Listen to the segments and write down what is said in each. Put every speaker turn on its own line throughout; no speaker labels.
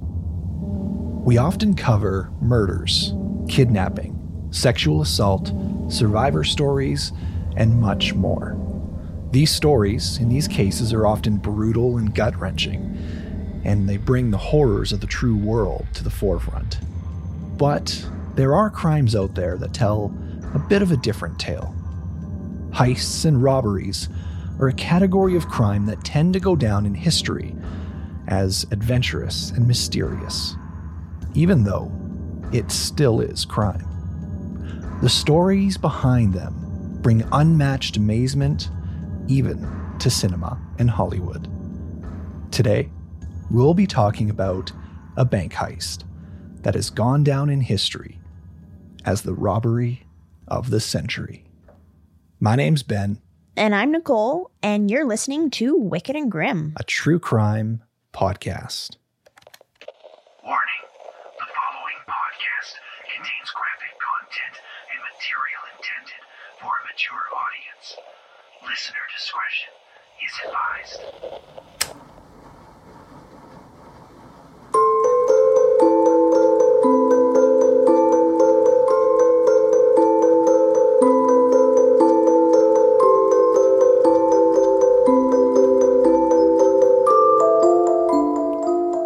We often cover murders, kidnapping, sexual assault, survivor stories, and much more. These stories, in these cases, are often brutal and gut wrenching, and they bring the horrors of the true world to the forefront. But there are crimes out there that tell a bit of a different tale. Heists and robberies are a category of crime that tend to go down in history as adventurous and mysterious, even though it still is crime. The stories behind them bring unmatched amazement even to cinema and Hollywood. Today, we'll be talking about a bank heist that has gone down in history as the robbery of the century. My name's Ben,
And I'm Nicole, and you're listening to Wicked and Grim.
a true crime podcast.
Warning. The following podcast contains graphic content and material intended for a mature audience. Listener discretion is advised.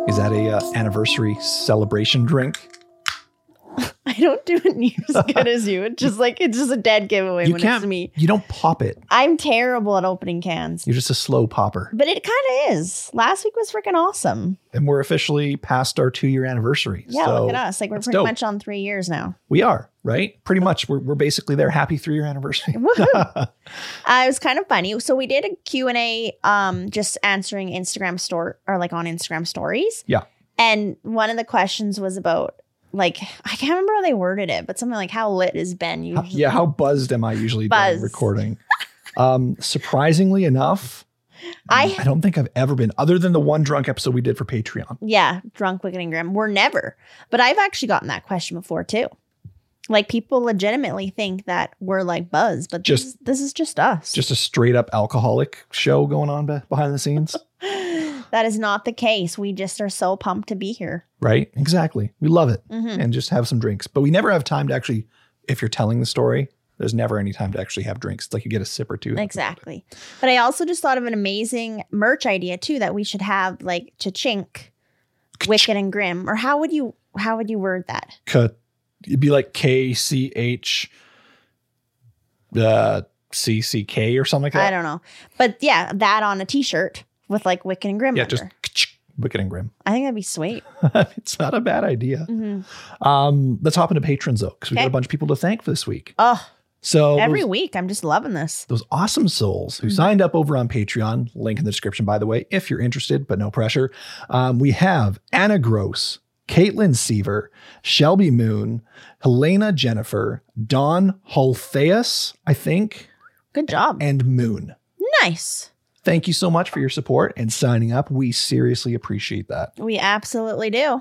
Is that a uh, anniversary celebration drink?
I don't do it near as good as you. It's just like it's just a dead giveaway
you
when
can't.
it's me.
You don't pop it.
I'm terrible at opening cans.
You're just a slow popper.
But it kind of is. Last week was freaking awesome.
And we're officially past our two year anniversary.
Yeah,
So
look at us. Like we're
that's
pretty
dope.
much on three years now.
We are, right? Pretty much. We're, we're basically there. Happy three year anniversary.
Woohoo. Uh, it was kind of funny. So we did a Q&A um, just answering Instagram store or like on Instagram stories.
Yeah.
And one of the questions was about like I can't remember how they worded it, but something like how lit is Ben
How-
usually?
yeah, how buzzed am I usually during
Buzzed.
recording? Um, surprisingly enough,
I
I don't think I've ever been, other than the one drunk episode we did for Patreon.
yeah, drunk, wicked, and grim. We're never. But I've actually gotten that question before too. Like people legitimately think that we're like buzz, but
Just-
this, is- this is just us.
Just a straight up alcoholic show going on be- behind the scenes,
that is not the case. We just are so pumped to be here.
right? Exactly. We love it
Mhm.
and just have some drinks. But we never have time to actually, if you're telling the story, there's never any time to actually have drinks. It's like you get a sip or two.
Exactly. But I also just thought of an amazing merch idea too that we should have like to chink, wicked and grim. Or how would you how would you word that?
Cut. It'd be like K C H uh, C C K or something like that.
I don't know. But yeah, that on a t shirt with like wicked and grim.
yeah,
under.
just k-ch, Wicked and Grim.
I think that'd be sweet.
it's not a bad idea.
Mhm.
Um, let's hop into patrons though, because we got
Okay.
a bunch of people to thank this week.
Oh,
So those-
every week Mm-hmm. I'm just loving this.
those awesome souls who signed up over on Patreon, link in the description, by the way, if you're interested, but no pressure. Um, we have Anna Gross, Caitlin Seaver, Shelby Moon, Helena Jennifer, Don Holtheus, I think,
Good job.
and Moon.
nice.
Thank you so much for your support and signing up. We seriously appreciate that.
We absolutely do.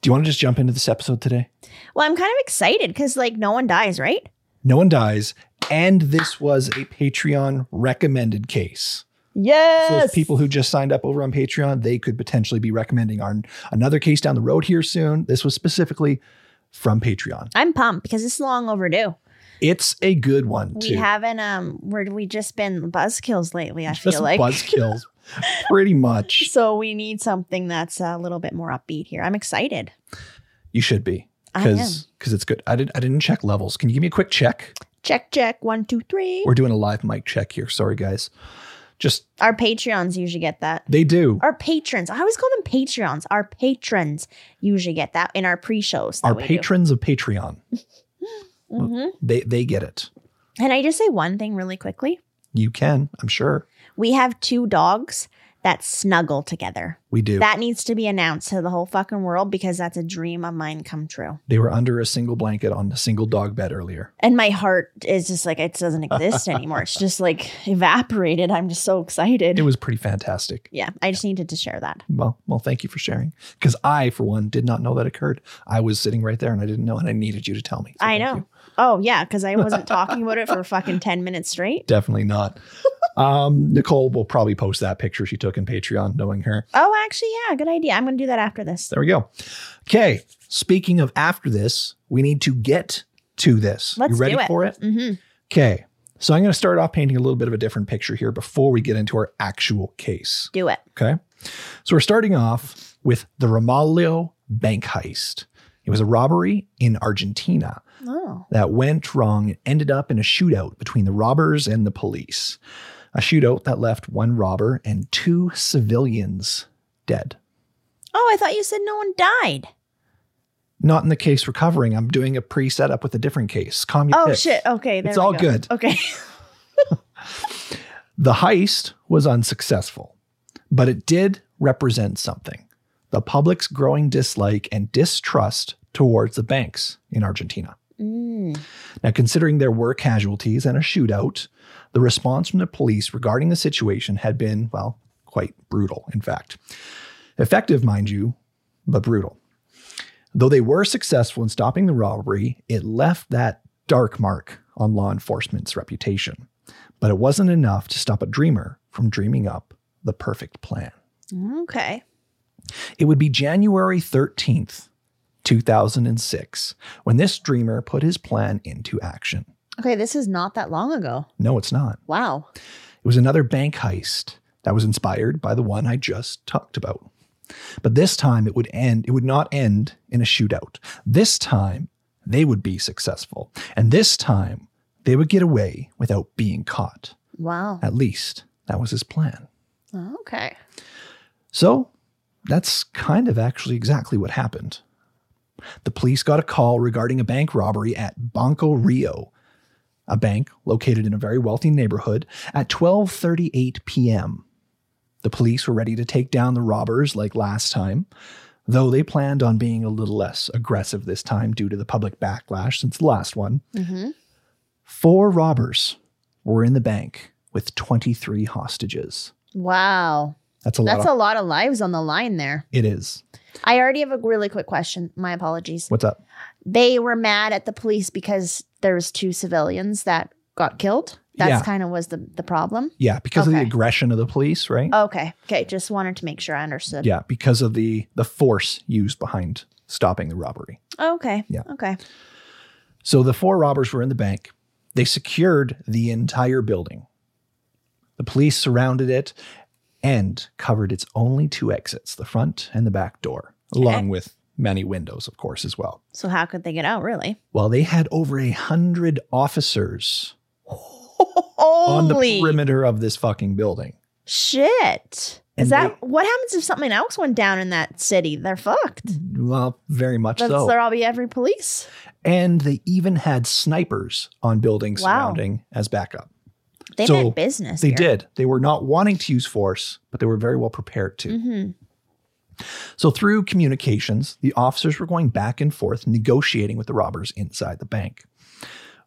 Do you want to just jump into this episode today?
Well, I'm kind of excited because like no one dies, right?
No one dies. And this was a Patreon recommended case. So
Yes.
those people who just signed up over on Patreon, they could potentially be recommending our another case down the road here soon. This was specifically from Patreon.
I'm pumped because it's long overdue.
It's a good one
We
too.
haven't um where we just been buzzkills lately, I
just
feel like.
buzzkills, pretty much.
So we need something that's a little bit more upbeat here. I'm excited.
You should be
I am.
because because it's good. I didn't I didn't check levels. Can you give me a quick check?
Check, check, one, two, three.
We're doing a live mic check here. Sorry guys. Just
Our Patreons usually get that.
they do.
Our patrons. I always call them Patreons. Our patrons usually get that in our pre-shows.
Our patrons of Patreon,
hmm
they they get it.
Can I just say one thing really quickly?
You can, I'm sure.
We have two dogs that snuggle together.
We do.
That needs to be announced to the whole fucking world because that's a dream of mine come true.
they were under a single blanket on a single dog bed earlier.
And my heart is just like, it doesn't exist anymore. It's just like evaporated. I'm just so excited.
It was pretty fantastic.
yeah, I just needed to share that.
Well, well, thank you for sharing. Because I, for one, did not know that occurred. I was sitting right there and I didn't know, and I needed you to tell me. So
I
thank
know.
you.
Oh, yeah, because I wasn't talking about it for fucking 10 minutes straight.
Definitely not. um, Nicole will probably post that picture she took in Patreon, knowing her.
Oh, actually, yeah, good idea. I'm going to do that after this.
There we go. Okay. Speaking of after this, we need to get to this.
Let's
you ready
do it.
for it?
hmm
Okay. So I'm going to start off painting a little bit of a different picture here before we get into our actual case.
Do it.
Okay. So we're starting off with the Ramalho bank heist. It was a robbery in Argentina
Oh,
that went wrong and ended up in a shootout between the robbers and the police. A shootout that left one robber and two civilians dead.
oh, I thought you said no one died.
Not in the case recovering. I'm doing a pre setup with a different case. Calm your
Oh
tits.
shit. Okay, there
It's
we
all
go.
good.
Okay.
The heist was unsuccessful, but it did represent something the public's growing dislike and distrust towards the banks in Argentina.
Mm.
Now, considering there were casualties and a shootout, the response from the police regarding the situation had been, well, quite brutal, in fact. Effective, mind you, but brutal. Though they were successful in stopping the robbery, it left that dark mark on law enforcement's reputation. But it wasn't enough to stop a dreamer from dreaming up the perfect plan.
Okay.
It would be January 13th, 2006, when this dreamer put his plan into action.
Okay, this is not that long ago.
No, it's not.
Wow.
It was another bank heist that was inspired by the one I just talked about. But this time it would end, it would not end in a shootout. This time they would be successful. And this time they would get away without being caught.
Wow. Oh,
At least that was his plan.
Okay.
So that's kind of actually exactly what happened. The police got a call regarding a bank robbery at Banco Rio, a bank located in a very wealthy neighborhood at 12:38 p.m. The police were ready to take down the robbers like last time, though they planned on being a little less aggressive this time due to the public backlash since the last one.
hmm
Four robbers were in the bank with 23 hostages.
Wow.
That's a lot.
That's
of-
a lot of lives on the line there.
it is.
I already have a really quick question. My apologies.
What's up?
They were mad at the police because there was two civilians that got killed. That's
Yeah.
kind of was the, the problem.
Yeah, because of the
Okay. Oh,
aggression of the police, right?
Okay. Okay. Just wanted to make sure I understood.
Yeah, because of the the force used behind stopping the robbery.
Okay.
Yeah.
Okay.
So the four robbers were in the bank. They secured the entire building. The police surrounded it and covered its only two exits, the front and the back door, along with many windows, of course, as well.
So how could they get out really?
Well, they had over a hundred officers on the
Holy
perimeter of this fucking building.
shit.
And
Is that
they-
what happens if something else went down in that city? They're fucked.
Well, very much
That's
Mm-hmm. so.
there all be every police.
and they even had snipers on buildings
Wow.
surrounding as backup.
They
So,
meant business.
They
here.
did. They were not wanting to use force, but they were very well prepared to.
Mhm.
So, through communications, the officers were going back and forth negotiating with the robbers inside the bank.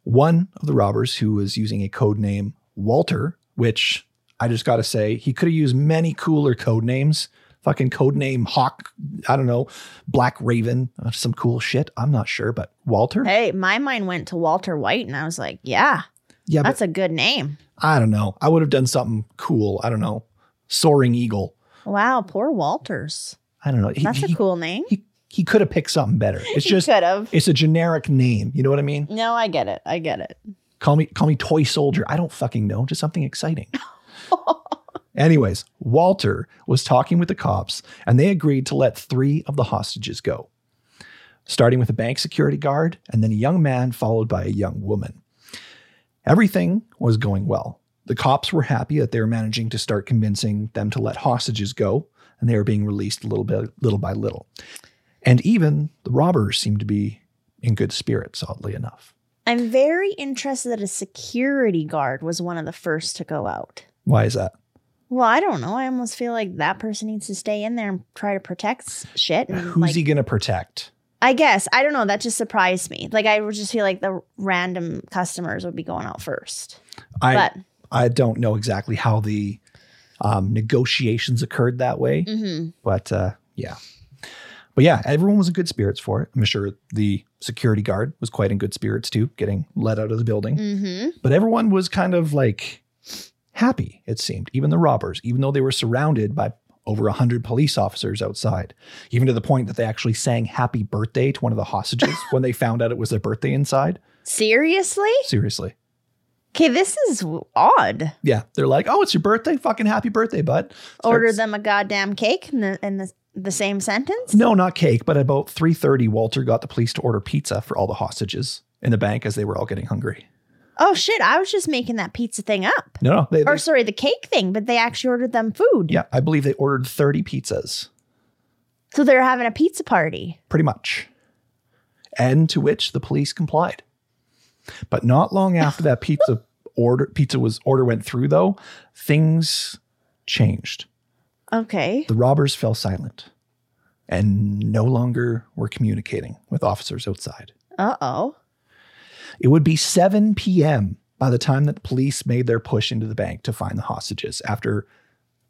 One of the robbers, who was using a code name Walter, which I just got to say, he could have used many cooler code names. Fucking code name Hawk, I don't know, Black Raven, uh, some cool shit. I'm not sure, but Walter?
Hey, my mind went to Walter White, and I was like, yeah,
yeah, but
that's a good name.
I don't know. I would have done something cool. I don't know. Soaring Eagle.
Wow, poor Walters.
I don't know. He,
That's a
he-
cool name.
He, he could have picked something better. It's just
could have.
it's a generic name. You know what I mean?
No, I get it. I get it.
Call me call me toy soldier. I don't fucking know. Just something exciting. Anyways, Walter was talking with the cops and they agreed to let three of the hostages go, starting with a bank security guard and then a young man followed by a young woman. Everything was going well. The cops were happy that they were managing to start convincing them to let hostages go and they were being released little bit little by little. And even the robbers seemed to be in good spirits, oddly enough.
I'm very interested that a security guard was one of the first to go out.
Why is that?
Well, I don't know. I almost feel like that person needs to stay in there and try to protect s- shit. And
Who's
like,
he going to protect?
I guess I don't know. That just surprised me. Like I would just feel like the random customers would be going out first.
I
but
I don't know exactly how the um, negotiations occurred that way,
mhm.
but uh, yeah, but yeah, everyone was in good spirits for it. I'm sure the security guard was quite in good spirits too, getting let out of the building.
Mhm.
But everyone was kind of like happy. It seemed, even the robbers, even though they were surrounded by over a hundred police officers outside, even to the point that they actually sang "Happy Birthday" to one of the hostages when they found out it was their birthday inside.
Seriously?
Seriously.
Okay, this is w- odd.
Yeah, they're like, "Oh, it's your birthday! Fucking happy birthday, bud!"
Order
Starts-
them a goddamn cake in the in the, the same sentence?
No, not cake, but about 3:30 Walter got the police to order pizza for all the hostages in the bank as they were all getting hungry.
Oh shit, I was just making that pizza thing up.
No, no. They,
Or
they-
sorry, the cake thing, but they actually ordered them food.
yeah, I believe they ordered 30 pizzas,
So they're having a pizza party.
pretty much. And to which the police complied. But not long after that pizza order pizza was order went through though, things changed.
Okay.
The robbers fell silent and no longer were communicating with officers outside.
Uh-oh.
It would be 7 p.m. by the time that the police made their push into the bank to find the hostages after a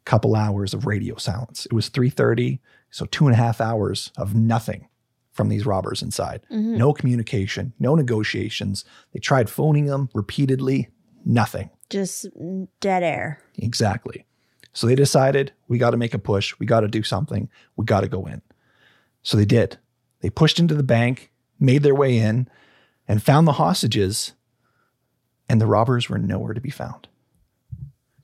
couple hours of radio silence. It was 3:30, so two and a half hours of nothing from these robbers inside.
Mhm.
No communication, no negotiations. They tried phoning them repeatedly, nothing.
Just dead air.
Exactly. So they decided we got to make a push. We got to do something. We got to go in. So they did. They pushed into the bank, made their way in, and found the hostages. And the robbers were nowhere to be found.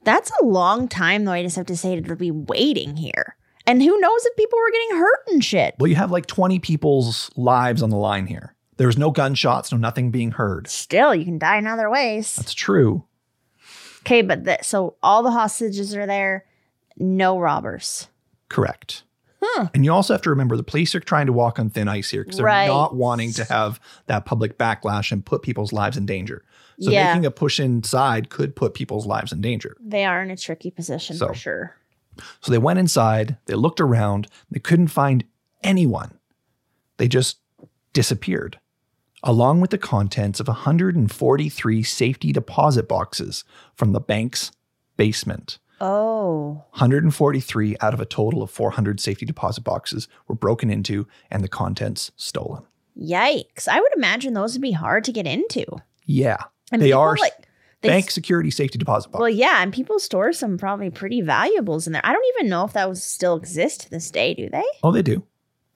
That's a long time though, I just have to say to be waiting here. And who knows if people were getting hurt and shit.
Well, you have like 20 people's lives on the line here. There was no gunshots, no nothing being heard.
Still, you can die in other ways.
That's true.
Okay, but the, so all the hostages are there, no robbers.
Correct.
Huh.
And you also have to remember the police are trying to walk on thin ice here because they're
Right.
not wanting to have that public backlash and put people's lives in danger. So
yeah,
making a push inside could put people's lives in danger.
they are in a tricky position
So.
for sure.
So they went inside, they looked around, they couldn't find anyone. They just disappeared, along with the contents of 143 safety deposit boxes from the bank's basement.
Oh,
143 out of a total of 400 safety deposit boxes were broken into and the contents stolen.
yikes! I would imagine those would be hard to get into.
Yeah.
And
They
people,
are
they
Bank
s-
security safety deposit box.
Well, yeah, and people store some probably pretty valuables in there. I don't even know if that was still exist to this day. Do they?
oh, they do.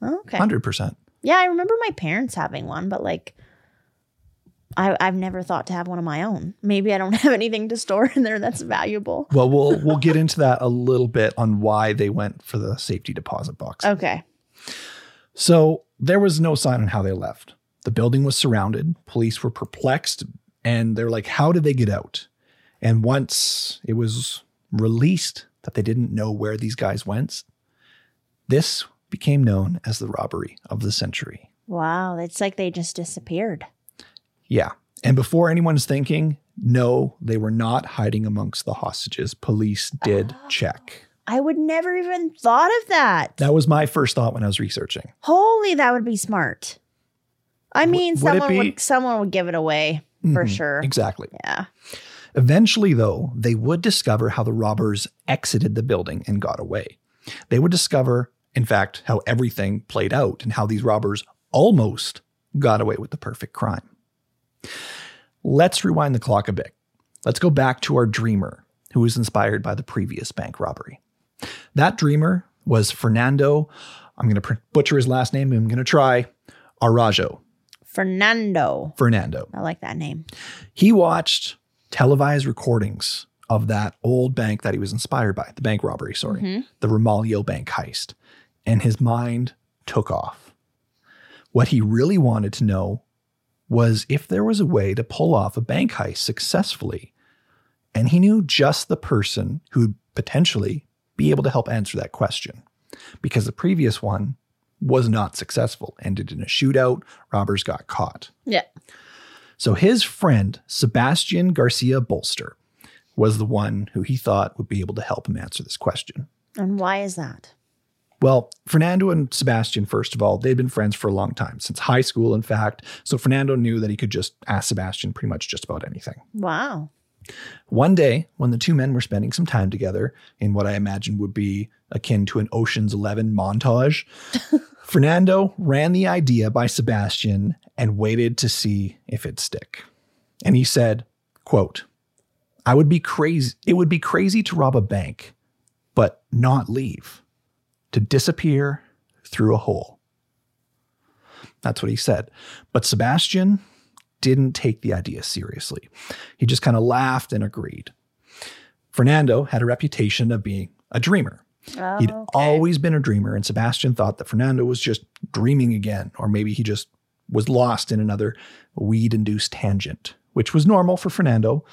Okay.
100%.
Yeah, I remember my parents having one, but like I I've never thought to have one of my own. Maybe I don't have anything to store in there that's valuable.
Well, we'll we'll get into that a little bit on why they went for the safety deposit box.
Okay.
So there was no sign on how they left. The building was surrounded. Police were perplexed, and they're like, "How did they get out?" And once it was released that they didn't know where these guys went, this became known as the robbery of the century.
Wow, it's like they just disappeared.
Yeah. And before anyone's thinking, no, they were not hiding amongst the hostages. Police did check.
I would never even thought of that.
That was my first thought when I was researching.
Holy, that would be smart. I
W-
mean,
would it
someone
be?
would someone would give it away for
Mhm,
sure.
Exactly.
Yeah.
Eventually, though, they would discover how the robbers exited the building and got away. They would discover, in fact, how everything played out and how these robbers almost got away with the perfect crime. Let's rewind the clock a bit. Let's go back to our dreamer, who was inspired by the previous bank robbery. That dreamer was Fernando. I'm going to pr- butcher his last name. I'm going to try Arajo
Fernando.
Fernando.
I like that name.
He watched televised recordings of that old bank that he was inspired by, the bank robbery, sorry,
Mhm.
the Romalio bank heist, and his mind took off. What he really wanted to know was if there was a way to pull off a bank heist successfully. And he knew just the person who'd potentially be able to help answer that question because the previous one was not successful, ended in a shootout, robbers got caught.
Yeah.
So his friend, Sebastian Garcia Bolster, was the one who he thought would be able to help him answer this question.
And why is that?
Well, Fernando and Sebastian, first of all, they'd been friends for a long time, since high school, in fact. So Fernando knew that he could just ask Sebastian pretty much just about anything.
Wow.
One day, when the two men were spending some time together in what I imagine would be akin to an Ocean's Eleven montage, Fernando ran the idea by Sebastian and waited to see if it'd stick. And he said, quote, I would be crazy. It would be crazy to rob a bank, but not leave, to disappear through a hole. That's what he said. But Sebastian didn't take the idea seriously. He just kind of laughed and agreed. Fernando had a reputation of being a dreamer.
Oh,
He'd
okay.
always been a dreamer, and Sebastian thought that Fernando was just dreaming again, or maybe he just was lost in another weed induced tangent, which was normal for Fernando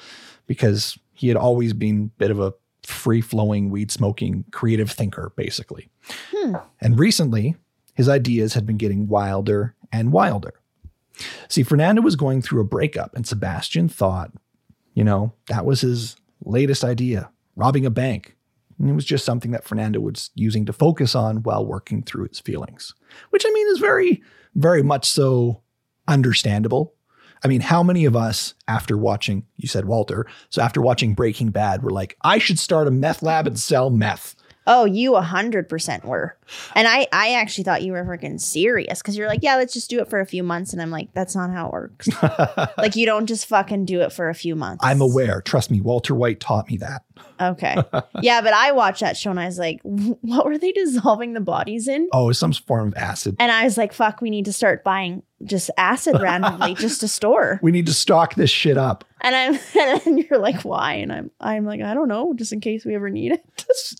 because he had always been a bit of a free flowing, weed smoking, creative thinker, basically.
Hmm.
And recently, his ideas had been getting wilder and wilder. See, Fernando was going through a breakup, and Sebastian thought, you know, that was his latest idea robbing a bank. And it was just something that Fernando was using to focus on while working through his feelings, which I mean is very, very much so understandable. I mean, how many of us, after watching, you said Walter, so after watching Breaking Bad, were like, I should start a meth lab and sell meth?
Oh, you 100% were. And I, I actually thought you were freaking serious because you're like, yeah, let's just do it for a few months. And I'm like, that's not how it works. like, you don't just fucking do it for a few months.
I'm aware. Trust me, Walter White taught me that.
Okay. yeah, but I watched that show and I was like, what were they dissolving the bodies in?
Oh, it's some form of acid.
And I was like, fuck, we need to start buying just acid randomly just to store.
We need to stock this shit up.
And I'm and you're like, why? And I'm I'm like, I don't know, just in case we ever need it.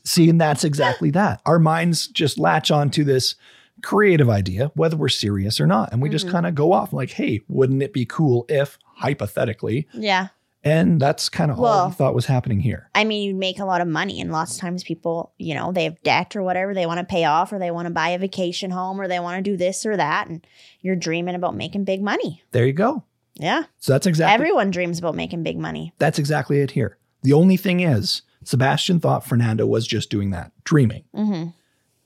See, and that's exactly that. Our minds just latch onto this creative idea, whether we're serious or not. And we just
Mhm.
kind of go off like, hey, wouldn't it be cool if hypothetically?
Yeah.
And that's kind of all
Well-
we thought was happening here.
I mean, you make a lot of money, and lots of times people, you know, they have debt or whatever they want to pay off, or they want to buy a vacation home, or they want to do this or that, and you're dreaming about making big money.
There you go.
Yeah,
So that's exactly
everyone dreams about making big money.
that's exactly it here. The only thing is, Sebastian thought Fernando was just doing that, dreaming.
hmm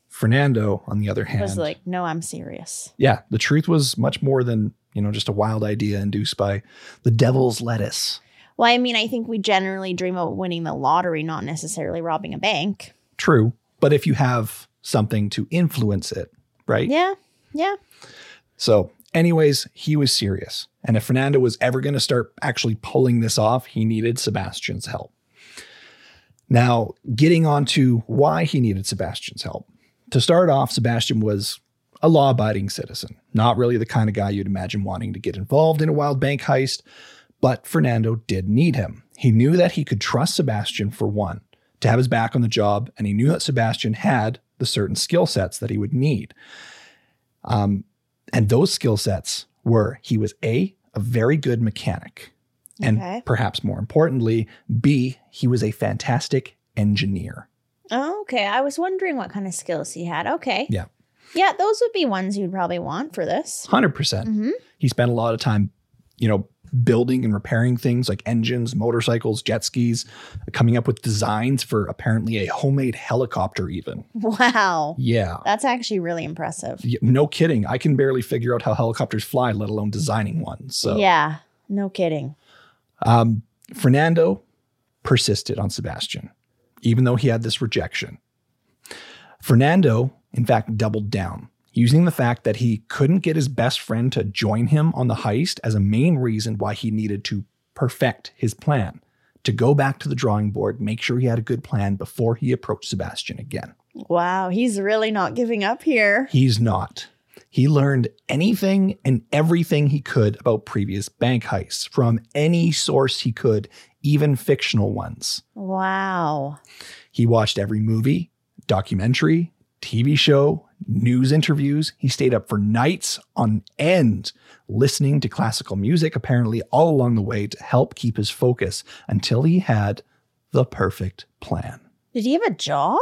Fernando, on the other hand,
Was like, no, I'm serious.
yeah, the truth was much more than, you know, just a wild idea induced by the devil's lettuce.
Well, I mean, I think we generally dream about winning the lottery, not necessarily robbing a bank.
True, but if you have something to influence it, right?
Yeah, yeah.
So, anyways, he was serious. And if Fernando was ever going to start actually pulling this off, he needed Sebastian's help. Now, getting on to why he needed Sebastian's help. To start off, Sebastian was a law abiding citizen, not really the kind of guy you'd imagine wanting to get involved in a wild bank heist, but Fernando did need him. He knew that he could trust Sebastian for one, to have his back on the job, and he knew that Sebastian had the certain skill sets that he would need. Um, and those skill sets were he was A, a very good mechanic. And
Okay.
perhaps more importantly, B, he was a fantastic engineer.
Oh, okay. I was wondering what kind of skills he had. Okay.
Yeah.
Yeah, those would be ones you'd probably want for this.
100%. percent
hmm
He spent a lot of time, you know, building and repairing things like engines, motorcycles, jet skis, coming up with designs for apparently a homemade helicopter, even.
Wow.
Yeah.
That's actually really impressive.
Y- No kidding. I can barely figure out how helicopters fly, let alone designing one. So,
Yeah, no kidding.
um, Fernando persisted on Sebastian, even though he had this rejection. Fernando, in fact, doubled down, using the fact that he couldn't get his best friend to join him on the heist as a main reason why he needed to perfect his plan, to go back to the drawing board, make sure he had a good plan before he approached Sebastian again.
Wow, he's really not giving up here.
He's not. He learned anything and everything he could about previous bank heists from any source he could, even fictional ones.
Wow.
He watched every movie, documentary, TV show, news interviews. He stayed up for nights on end listening to classical music, apparently, all along the way to help keep his focus until he had the perfect plan.
Did he have a job?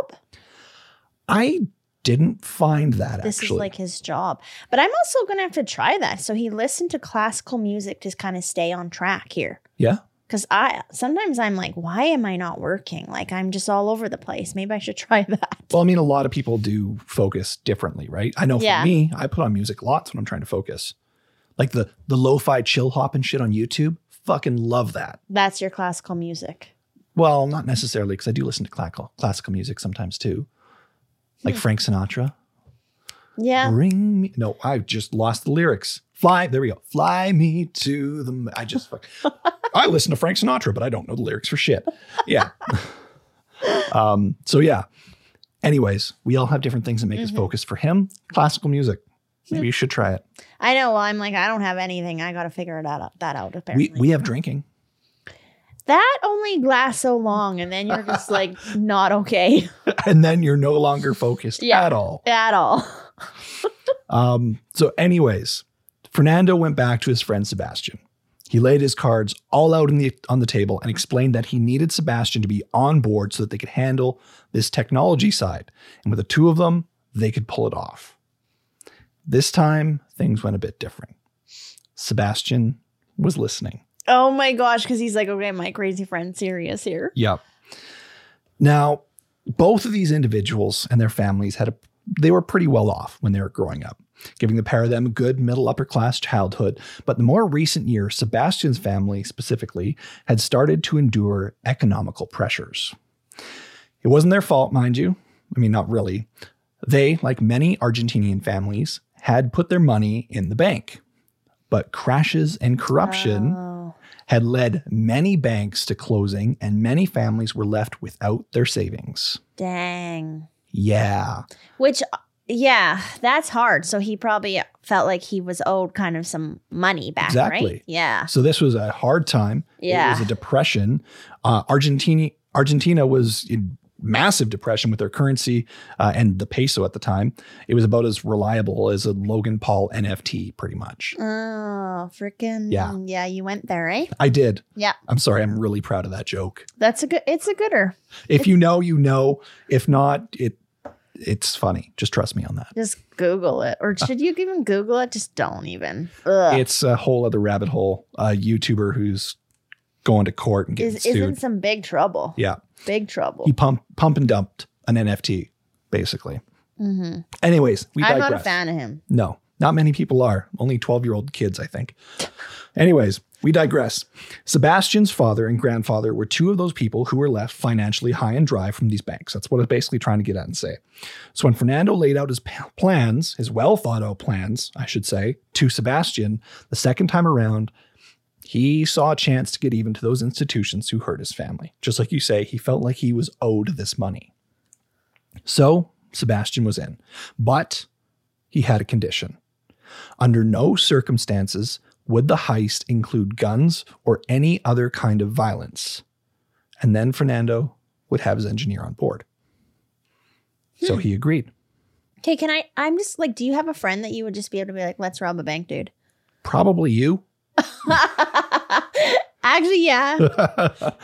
I didn't find that
This
actually.
is like his job. But I'm also going to have to try that. So he listened to classical music to kind of stay on track here.
yeah.
Cause I sometimes I'm like, why am I not working? Like I'm just all over the place. Maybe I should try that.
Well, I mean, a lot of people do focus differently, right? I know
Yeah.
for me, I put on music lots when I'm trying to focus. Like the the lo-fi chill hop and shit on YouTube, fucking love that.
That's your classical music.
Well, not necessarily because I do listen to classical classical music sometimes too, like Frank Sinatra.
Yeah.
Bring me. No, I just lost the lyrics. Fly. There we go. Fly me to the. m- I just. Fuck, I listen to Frank Sinatra, but I don't know the lyrics for shit. Yeah. um. So yeah. Anyways, we all have different things that make us
Mm-hmm.
focus. For him, classical music. Maybe you should try it.
I know. Well, I'm like, I don't have anything. I gotta figure it out that out apparently.
We we have drinking.
that only lasts so long and then you're just like not okay
And then you're no longer focused
Yeah.
at all.
at all.
Um, so, anyways, Fernando went back to his friend Sebastian. He laid his cards all out on the, on the table and explained that he needed Sebastian to be on board so that they could handle this technology side. And with the two of them, they could pull it off. This time, things went a bit different. Sebastian was listening.
Oh my gosh, because he's like, okay, my crazy friend serious here.
Yep. Now, both of these individuals and their families had a they were pretty well off when they were growing up, giving the pair of them a good middle upper class childhood. But in the more recent years, Sebastian's family specifically had started to endure economical pressures. It wasn't their fault, mind you. I mean, not really. They, like many Argentinian families, had put their money in the bank. But crashes and corruption
Oh.
had led many banks to closing and many families were left without their savings.
Dang.
Yeah.
Which, uh, yeah, that's hard. So he probably felt like he was owed kind of some money back, right?
Exactly.
Yeah.
So this was a hard time. It
Yeah.
was a depression. Uh, Argentina, Argentina was in massive depression with their currency uh, and the peso at the time. It was about as reliable as a Logan Paul NFT, pretty much.
Oh, freaking.
Yeah.
Yeah, you went there, right?
I did.
Yeah.
I'm sorry. I'm really proud of that joke.
That's a good, it's a gooder.
If you know, you know. If not, it it's funny. Just trust me on that.
Just Google it. Or should you even Google it? Just don't even. Ugh.
it's a whole other rabbit hole. A YouTuber who's going to court and getting
Is,
sued.
isn't some big trouble.
yeah,
Big trouble.
he pump pump and dumped an NFT basically.
Mhm.
Anyways, we
I'm
digress.
not a fan of him.
No, not many people are. Only 12 year old kids, I think. Anyways, we digress. Sebastian's father and grandfather were two of those people who were left financially high and dry from these banks. That's what I'm basically trying to get at and say. So when Fernando laid out his p- plans, his well thought out plans, I should say, to Sebastian the second time around, he saw a chance to get even to those institutions who hurt his family. Just like you say, he felt like he was owed this money. So Sebastian was in. But he had a condition. Under no circumstances would the heist include guns or any other kind of violence. And then Fernando would have his engineer on board. So he agreed.
Okay, can I? I'm just like, do you have a friend that you would just be able to be like, let's rob a bank, dude?
Probably you. Hmm.
Actually, yeah.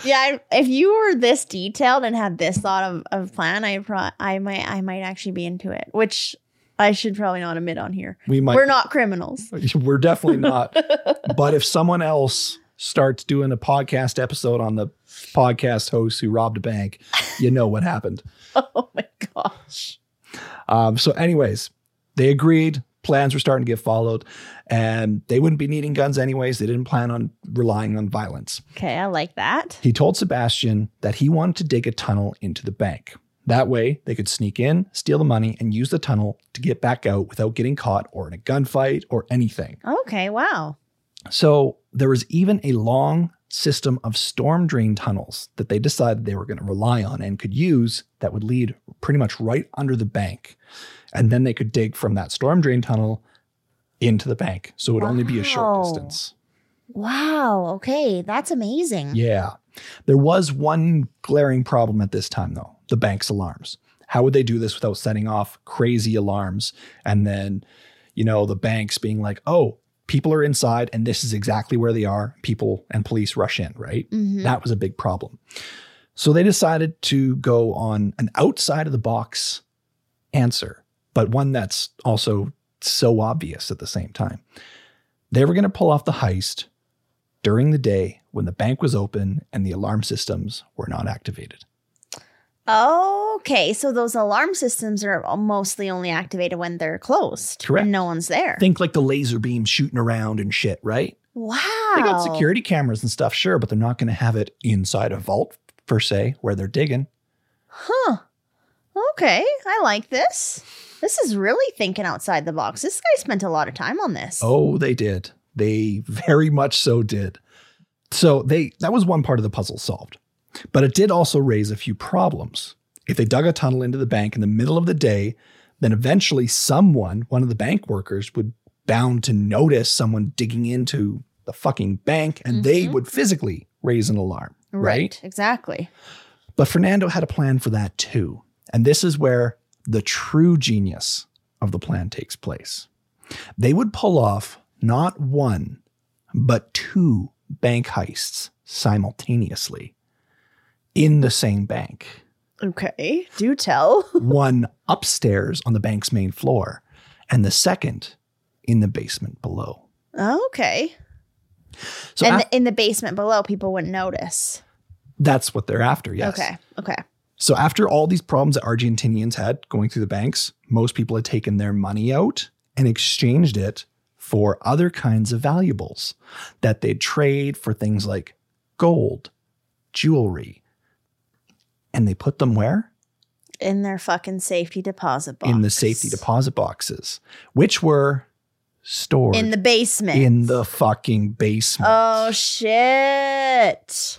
Yeah, I- if you were this detailed and had this thought of, of plan, I pro- I might I might actually be into it, which I should probably not admit on here.
we might
We're not criminals.
we're definitely not. but if someone else starts doing a podcast episode on the podcast host who robbed a bank, you know what happened.
Oh my gosh.
Um, so, anyways, they agreed. Plans were starting to get followed, and they wouldn't be needing guns anyways. They didn't plan on relying on violence.
Okay, I like that.
He told Sebastian that he wanted to dig a tunnel into the bank. That way, they could sneak in, steal the money, and use the tunnel to get back out without getting caught or in a gunfight or anything.
Okay, wow.
So there was even a long system of storm drain tunnels that they decided they were going to rely on and could use that would lead pretty much right under the bank. And then they could dig from that storm drain tunnel into the bank. So it would only be a
Wow.
short distance.
Wow, okay, that's amazing.
Yeah. There was one glaring problem at this time, though the bank's alarms. How would they do this without setting off crazy alarms? And then, you know, the banks being like, oh, people are inside and this is exactly where they are. People and police rush in, right?
Mhm.
That was a big problem. So they decided to go on an outside of the box answer but one that's also so obvious at the same time. They were going to pull off the heist during the day when the bank was open and the alarm systems were not activated.
Okay, so those alarm systems are mostly only activated when they're closed.
Correct.
And no one's there.
Think like the laser beam shooting around and shit, right?
wow.
They got
Oh.
security cameras and stuff, sure, but they're not going to have it inside a vault per se where they're digging.
Huh. Okay, I like this. This is really thinking outside the box. This guy spent a lot of time on this.
Oh, they did. They very much so did. So they that was one part of the puzzle solved. But it did also raise a few problems. If they dug a tunnel into the bank in the middle of the day, then eventually someone, one of the bank workers would bound to notice someone digging into the fucking bank and they
Mhm.
would physically raise an alarm, right?
Exactly.
But Fernando had a plan for that too. And this is where the true genius of the plan takes place. They would pull off not one, but two bank heists simultaneously in the same bank.
Okay. Do tell.
one upstairs on the bank's main floor, and the second in the basement below.
Okay.
So
and
af-
in the basement below, people wouldn't notice.
that's what they're after, yes.
Okay. Okay.
So after all these problems that Argentinians had going through the banks, most people had taken their money out and exchanged it for other kinds of valuables that they'd trade for things like gold, jewelry. And they put them where?
In their fucking safety deposit box.
In the safety deposit boxes, which were stored
In the basement.
in the fucking basement.
Oh shit.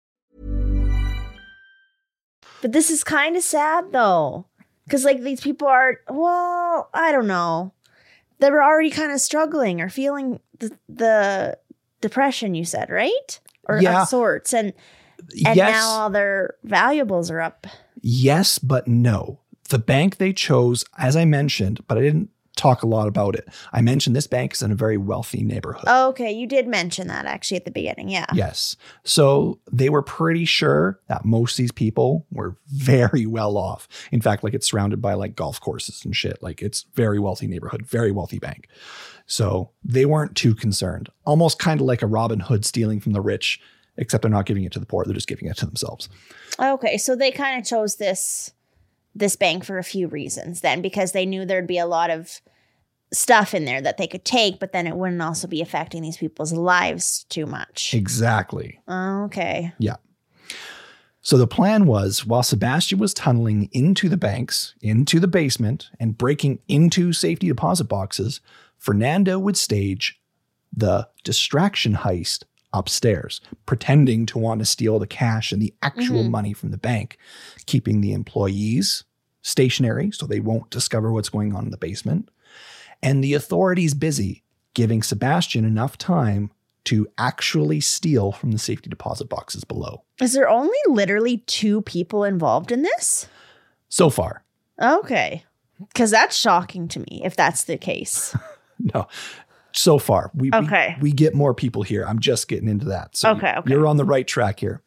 But this is kind of sad though. Cause like these people are well, I don't know. They were already kind of struggling or feeling the, the depression you said, right? Or
Yeah.
of sorts. And and now all their valuables are up.
Yes, but no. The bank they chose, as I mentioned, but I didn't talk a lot about it. I mentioned this bank is in a very wealthy neighborhood.
Oh, okay, you did mention that actually at the beginning. Yeah.
Yes. So they were pretty sure that most of these people were very well off. In fact, like it's surrounded by like golf courses and shit. Like it's very wealthy neighborhood, very wealthy bank. So they weren't too concerned. Almost kind of like a Robin Hood stealing from the rich, except they're not giving it to the poor. They're just giving it to themselves.
Okay, so they kind of chose this this bank for a few reasons then because they knew there'd be a lot of stuff in there that they could take, but then it wouldn't also be affecting these people's lives too much.
Exactly.
Okay.
So the plan was while Sebastian was tunneling into the banks, into the basement, and breaking into safety deposit boxes, Fernando would stage the distraction heist upstairs, pretending to want to steal the cash and the actual money from the bank, keeping the employees stationary so they won't discover what's going on in the basement, and the authorities busy, giving Sebastian enough time to actually steal from the safety deposit boxes below.
Is there only literally two people involved in this?
So far,
Okay. Cause that's shocking to me if that's the case.
No. So far, we, we-
Okay.
we get more people here. I'm just getting into that. So
Okay, okay.
you're on the right track here.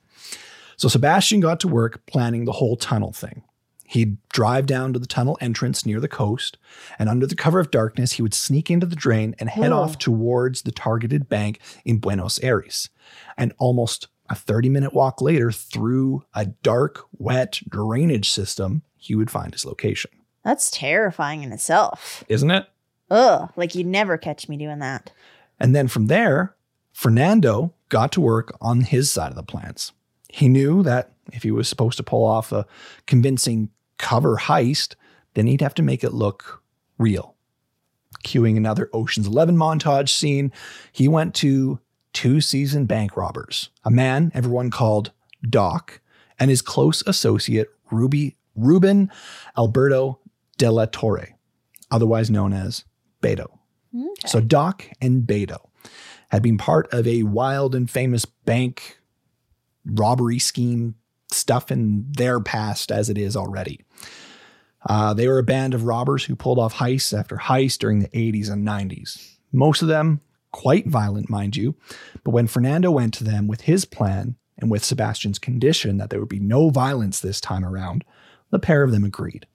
So Sebastian got to work planning the whole tunnel thing. He'd drive down to the tunnel entrance near the coast, and under the cover of darkness, he would sneak into the drain and head
Whoa.
off towards the targeted bank in Buenos Aires. And almost a 30 minute walk later, through a dark, wet drainage system, he would find his location.
That's terrifying in itself.
Isn't it?
Ugh, like you'd never catch me doing that.
And then from there, Fernando got to work on his side of the plans. He knew that if he was supposed to pull off a convincing cover heist, then he'd have to make it look real. Cueing another Ocean's 11 montage scene, he went to two seasoned bank robbers, a man everyone called Doc, and his close associate, Ruby Ruben Alberto de la Torre, otherwise known as Beto. So Doc and Beto had been part of a wild and famous bank robbery scheme stuff in their past as it is already. Uh, they were a band of robbers who pulled off heist after heist during the 80s and 90s. Most of them quite violent, mind you. But when Fernando went to them with his plan and with Sebastian's condition that there would be no violence this time around, the pair of them agreed.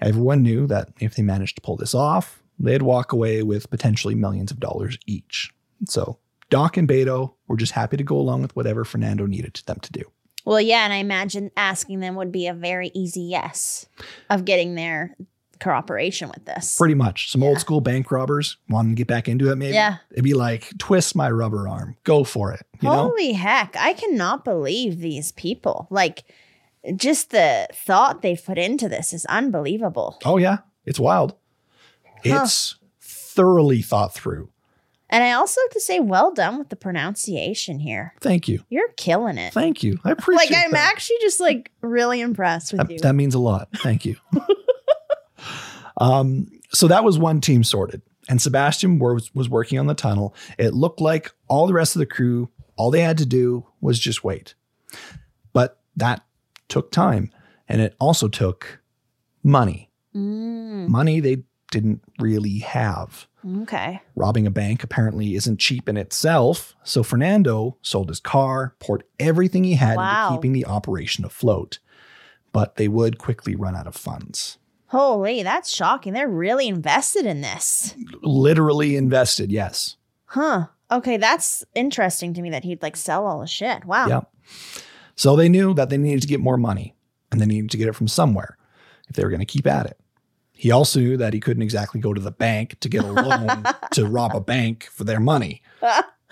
Everyone knew that if they managed to pull this off, they'd walk away with potentially millions of dollars each. So Doc and Beto were just happy to go along with whatever Fernando needed them to do.
Well, yeah, and I imagine asking them would be a very easy yes of getting their cooperation with this.
Pretty much. Some old school bank robbers wanting to get back into it, maybe.
Yeah.
It'd be like, twist my rubber arm. Go for it. You know?
Holy heck, I cannot believe these people. Like, just the thought they've put into this is unbelievable.
Oh yeah, it's wild. It's thoroughly thought through.
And I also have to say, well done with the pronunciation here.
Thank you.
You're killing it.
Thank you. I appreciate
Like, I'm
that.
actually just like really impressed with you.
That, that means a lot. Thank you. um, so that was one team sorted, and Sebastian was, was working on the tunnel. It looked like all the rest of the crew, all they had to do was just wait. But that took time, and it also took money.
Mm.
Money they didn't really have.
okay.
Robbing a bank apparently isn't cheap in itself, so Fernando sold his car, poured everything he had
Wow.
into keeping the operation afloat. But they would quickly run out of funds.
Holy, that's shocking. They're really invested in this.
Literally invested, yes.
Huh. Okay, that's interesting to me that he'd like sell all the shit. Wow.
Yep. So they knew that they needed to get more money and they needed to get it from somewhere if they were going to keep at it. He also knew that he couldn't exactly go to the bank to get a loan to rob a bank for their money.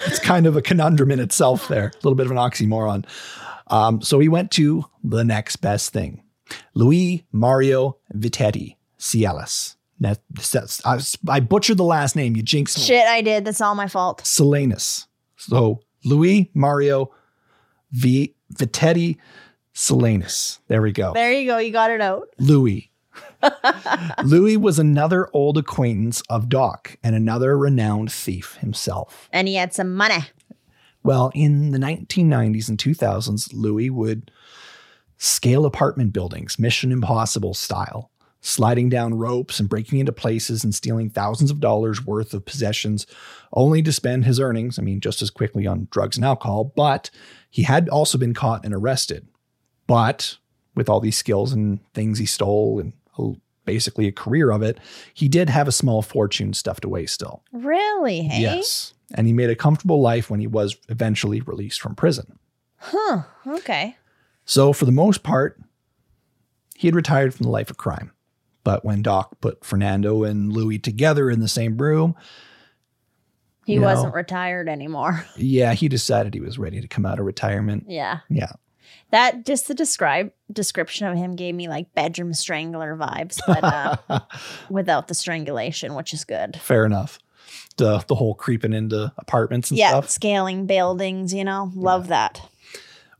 it's kind of a conundrum in itself there, a little bit of an oxymoron. Um, so he went to the next best thing Louis Mario Vitetti Cielis. That, that's- I, I butchered the last name. You jinxed me.
Shit, I did. That's all my fault.
Silanus. So Louis Mario V Vitetti Silanus. There we go.
There you go. You got it out.
Louis. Louis was another old acquaintance of Doc and another renowned thief himself.
And he had some money.
Well, in the 1990s and 2000s, Louis would scale apartment buildings, Mission Impossible style, sliding down ropes and breaking into places and stealing thousands of dollars worth of possessions, only to spend his earnings, I mean, just as quickly on drugs and alcohol. But he had also been caught and arrested. But with all these skills and things he stole and a- basically a career of it, he did have a small fortune stuffed away still.
Really? Hey?
Yes. And he made a comfortable life when he was eventually released from prison.
Huh. Okay.
So, for the most part, he had retired from the life of crime. But when Doc put Fernando and Louis together in the same room,
He
You know.
wasn't retired anymore.
yeah, he decided he was ready to come out of retirement.
yeah.
Yeah.
That just the describe description of him gave me like bedroom strangler vibes, but uh, without the strangulation, which is good.
Fair enough. The, the whole creeping into apartments and
yeah,
stuff.
scaling buildings, you know, love that.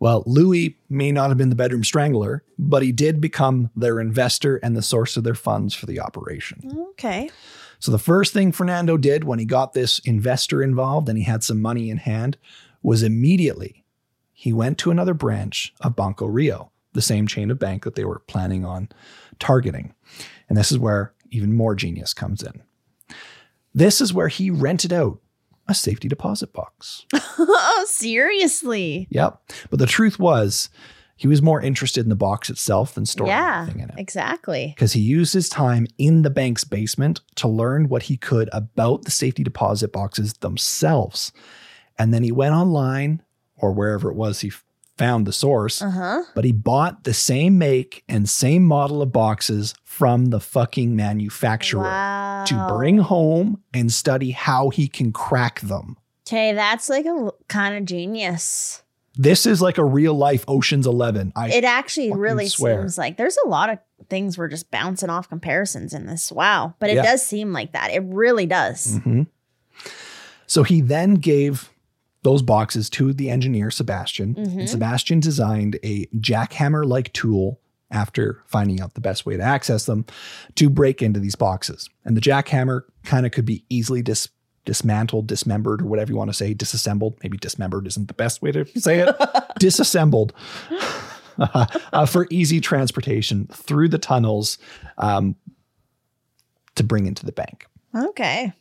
Well, Louis may not have been the bedroom strangler, but he did become their investor and the source of their funds for the operation.
Okay.
So the first thing Fernando did when he got this investor involved and he had some money in hand was immediately he went to another branch of Banco Rio, the same chain of bank that they were planning on targeting. And this is where even more genius comes in. This is where he rented out a safety deposit box.
oh, seriously.
yep. But the truth was, he was more interested in the box itself than storing
yeah.
anything in it
Exactly.
because he used his time in the bank's basement to learn what he could about the safety deposit boxes themselves. And then he went online or wherever it was he f- found the source,
Uh-huh.
but he bought the same make and same model of boxes from the fucking manufacturer
Wow.
to bring home and study how he can crack them.
Okay, that's like a kind of genius.
This is like a real life Ocean's 11. I
It actually
fucking
really
swear.
seems like there's a lot of things we're just bouncing off comparisons in this. Wow. But it
Yeah.
does seem like that. It really does.
Mhm. So he then gave those boxes to the engineer Sebastian,
Mhm.
and Sebastian designed a jackhammer like tool after finding out the best way to access them to break into these boxes. And the jackhammer kind of could be easily dis- dismantled, dismembered, or whatever you want to say, disassembled. Maybe dismembered isn't the best way to say it. disassembled. uh, for easy transportation through the tunnels um, to bring into the bank.
Okay.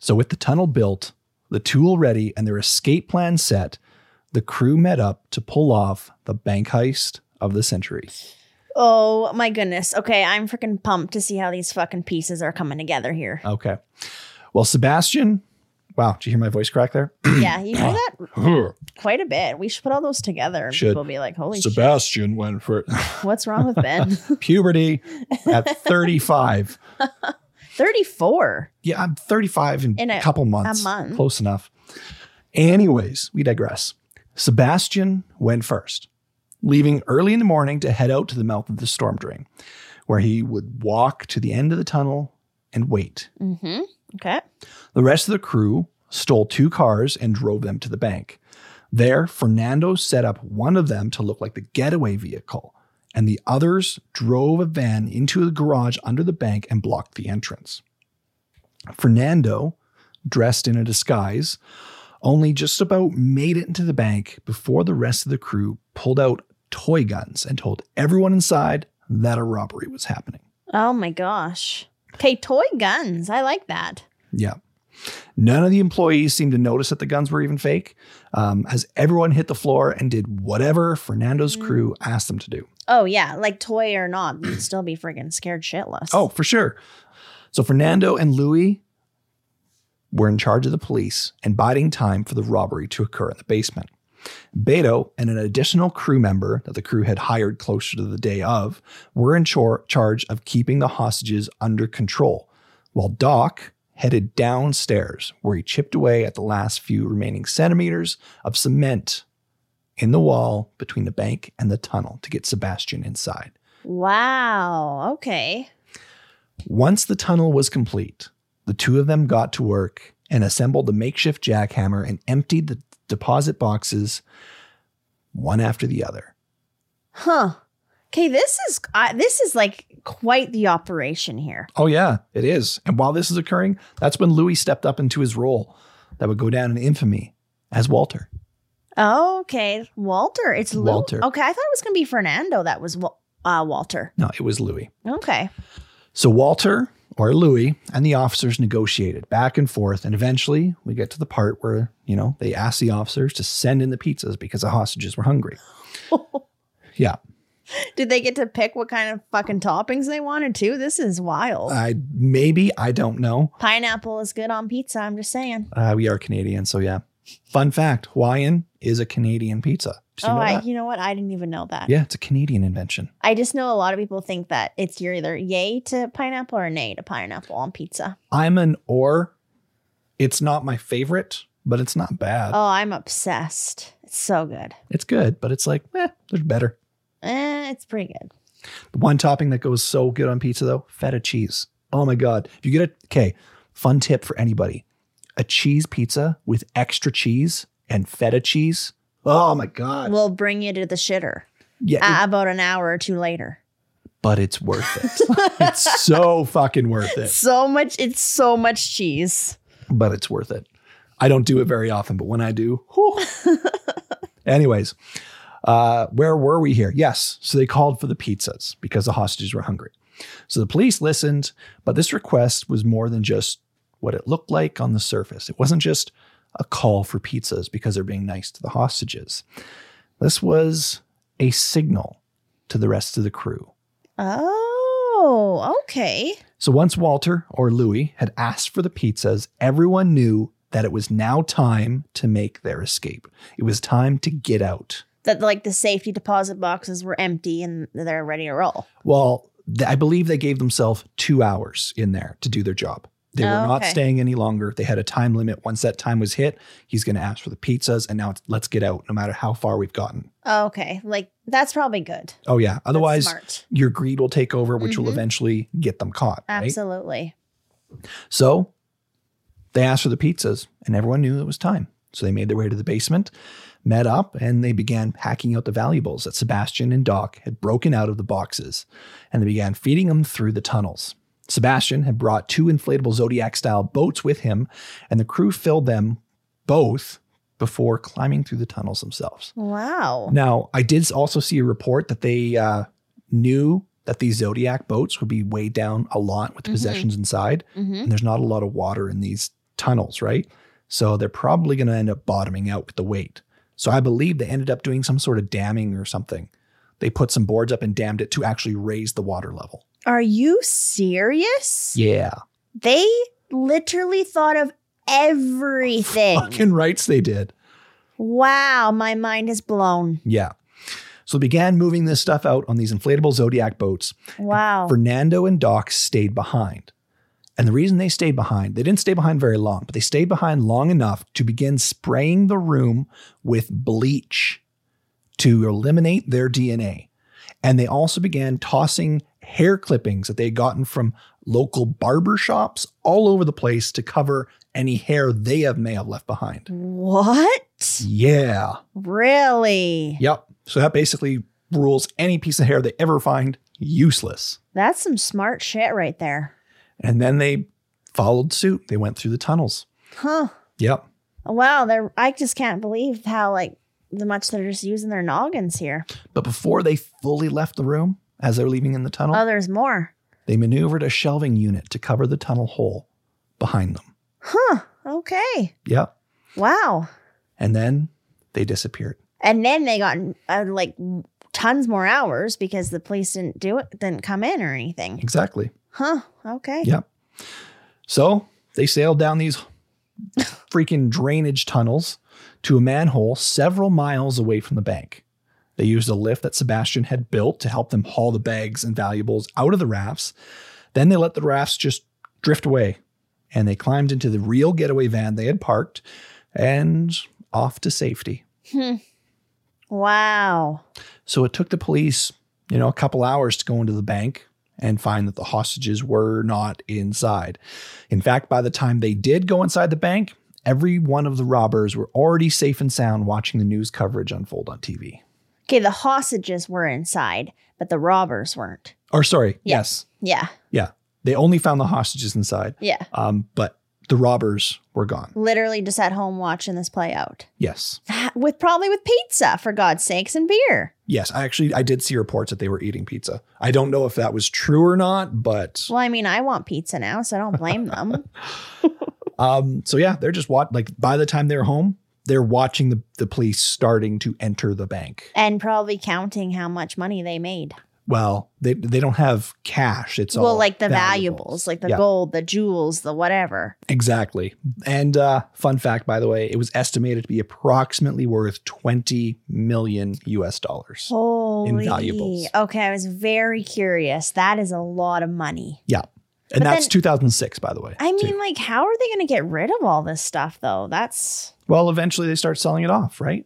So, with the tunnel built, the tool ready, and their escape plan set, the crew met up to pull off the bank heist of the century.
Oh my goodness. Okay, I'm freaking pumped to see how these fucking pieces are coming together here.
Okay. Well, Sebastian, wow, did you hear my voice crack there?
yeah, you hear that quite a bit. We should put all those together. and
Ah. Should.
People be like, holy
Sebastian went for
shit, what's wrong with Ben?
puberty at 35.
34.
Yeah, I'm 35 in,
In
a
a-
couple months.
a month.
Close enough. Anyways, we digress. Sebastian went first, leaving early in the morning to head out to the mouth of the storm drain, where he would walk to the end of the tunnel and wait.
Mm-hmm. Okay.
The rest of the crew stole two cars and drove them to the bank. There, Fernando set up one of them to look like the getaway vehicle, and the others drove a van into the garage under the bank and blocked the entrance. Fernando, dressed in a disguise, only just about made it into the bank before the rest of the crew pulled out toy guns and told everyone inside that a robbery was happening.
Oh my gosh. Okay, toy guns. I like that.
Yeah. None of the employees seemed to notice that the guns were even fake, um, as everyone hit the floor and did whatever Fernando's crew asked them to do.
Oh yeah, like toy or not, you'd still be freaking scared shitless.
Oh, for sure. So Fernando and Louis were in charge of the police and biding time for the robbery to occur in the basement. Beto and an additional crew member that the crew had hired closer to the day of were in char- charge of keeping the hostages under control, while Doc headed downstairs where he chipped away at the last few remaining centimeters of cement in the wall between the bank and the tunnel to get Sebastian inside.
Wow. Okay.
Once the tunnel was complete, the two of them got to work and assembled the makeshift jackhammer and emptied the deposit boxes one after the other.
Huh. Okay, this is uh, this is like quite the operation here.
Oh, yeah, it is. And while this is occurring, that's when Louis stepped up into his role that would go down in infamy as Walter.
Oh, okay, Walter. It's Lou-
Walter.
Okay, I thought it was gonna be Fernando. That was Wa- uh, Walter.
No, it was Louis.
Okay.
So Walter or Louis and the officers negotiated back and forth, and eventually we get to the part where you know they asked the officers to send in the pizzas because the hostages were hungry. yeah,
Did they get to pick what kind of fucking toppings they wanted too? This is wild.
I maybe I don't know.
Pineapple is good on pizza. I'm just saying.
Uh, we are Canadian, so yeah. Fun fact: Hawaiian is a Canadian pizza. Did you
oh,
know
I,
that?
you know what? I didn't even know that.
Yeah, it's a Canadian invention.
I just know a lot of people think that it's you're either yay to pineapple or nay to pineapple on pizza.
I'm an or. It's not my favorite, but it's not bad.
Oh, I'm obsessed. It's so good.
It's good, but it's like, eh, there's better.
Eh, it's pretty good.
The one topping that goes so good on pizza though, feta cheese. Oh my god! If you get a okay, fun tip for anybody: a cheese pizza with extra cheese and feta cheese. Oh my god!
We'll bring you to the shitter
yeah,
uh, about an hour or two later.
but it's worth it. it's so fucking worth it.
So much. It's so much cheese.
but it's worth it. I don't do it very often, but when I do, whew. anyways, uh, where were we here? Yes, so they called for the pizzas because the hostages were hungry. So the police listened, but this request was more than just what it looked like on the surface. It wasn't just a call for pizzas because they're being nice to the hostages. This was a signal to the rest of the crew
Oh, okay.
so once Walter or Louis had asked for the pizzas, everyone knew that it was now time to make their escape. It was time to get out.
That like the safety deposit boxes were empty and they're ready to roll.
Well, th- I believe they gave themselves two hours in there to do their job. They were
Oh,
not
okay.
staying any longer. They had a time limit. Once that time was hit, he's going to ask for the pizzas, and now it's, let's get out, no matter how far we've gotten.
Okay, like that's probably good. That's
Oh yeah, otherwise
smart.
your greed will take over, which will
Mhm.
eventually get them caught. Right?
absolutely.
So they asked for the pizzas, and everyone knew it was time. So they made their way to the basement, met up and they began packing out the valuables that Sebastian and Doc had broken out of the boxes, and they began feeding them through the tunnels. Sebastian had brought two inflatable zodiac style boats with him, and the crew filled them both before climbing through the tunnels themselves.
Wow.
Now, I did also see a report that they uh, knew that these Zodiac boats would be weighed down a lot with the possessions inside,
Mm-hmm.
and there's not a lot of water in these tunnels, right? So they're probably going to end up bottoming out with the weight. So I believe they ended up doing some sort of damming or something. They put some boards up and dammed it to actually raise the water level.
Are you serious?
Yeah.
They literally thought of everything.
Fucking rights they did.
Wow, my mind is blown.
Yeah. So they began moving this stuff out on these inflatable Zodiac boats.
Wow.
Fernando and Doc stayed behind. And the reason they stayed behind, they didn't stay behind very long, but they stayed behind long enough to begin spraying the room with bleach to eliminate their DNA. And they also began tossing hair clippings that they had gotten from local barber shops all over the place to cover any hair they have may have left behind.
Mm. What?
Yeah.
Really?
Yep. So that basically rules any piece of hair they ever find useless.
That's some smart shit right there.
And then they followed suit. They went through the tunnels.
Huh.
Yep.
Wow, they're I just can't believe how like the much they're just using their noggins here.
But before they fully left the room, as they were leaving in the tunnel,
Oh, there's more.
they maneuvered a shelving unit to cover the tunnel hole behind them.
Huh. Okay.
Yep.
Wow.
And then they disappeared.
And then they got uh, like tons more hours because the police didn't do it, didn't come in or anything.
Exactly.
Huh. Okay.
Yep. So they sailed down these freaking drainage tunnels to a manhole several miles away from the bank. They used a lift that Sebastian had built to help them haul the bags and valuables out of the rafts. Then they let the rafts just drift away and they climbed into the real getaway van they had parked and off to safety.
Wow.
So it took the police, you know, a couple hours to go into the bank and find that the hostages were not inside. In fact, by the time they did go inside the bank, every one of the robbers were already safe and sound watching the news coverage unfold on TV.
Okay, the hostages were inside, but the robbers weren't.
Or sorry,
Yeah.
yes.
Yeah.
Yeah. They only found the hostages inside.
Yeah.
Um, but the robbers were gone.
Literally just at home watching this play out.
Yes.
With probably with pizza, for God's sakes, and beer.
Yes. I actually I did see reports that they were eating pizza. I don't know if that was true or not, but
Well, I mean, I want pizza now, so I don't blame them.
Um, so yeah, they're just watch like by the time they're home, they're watching the, the police starting to enter the bank.
and probably counting how much money they made.
Well, they they don't have cash. It's
well,
all
like the valuables, like the
Yeah,
gold, the jewels, the whatever.
Exactly. And uh, fun fact, by the way, it was estimated to be approximately worth twenty million U.S. dollars.
Holy.
valuables.
Okay, I was very curious. That is a lot of money.
Yeah, and that's
then-
2006, by the way.
I
too.
mean, like, how are they going to get rid of all this stuff, though? That's
well, eventually they start selling it off, right?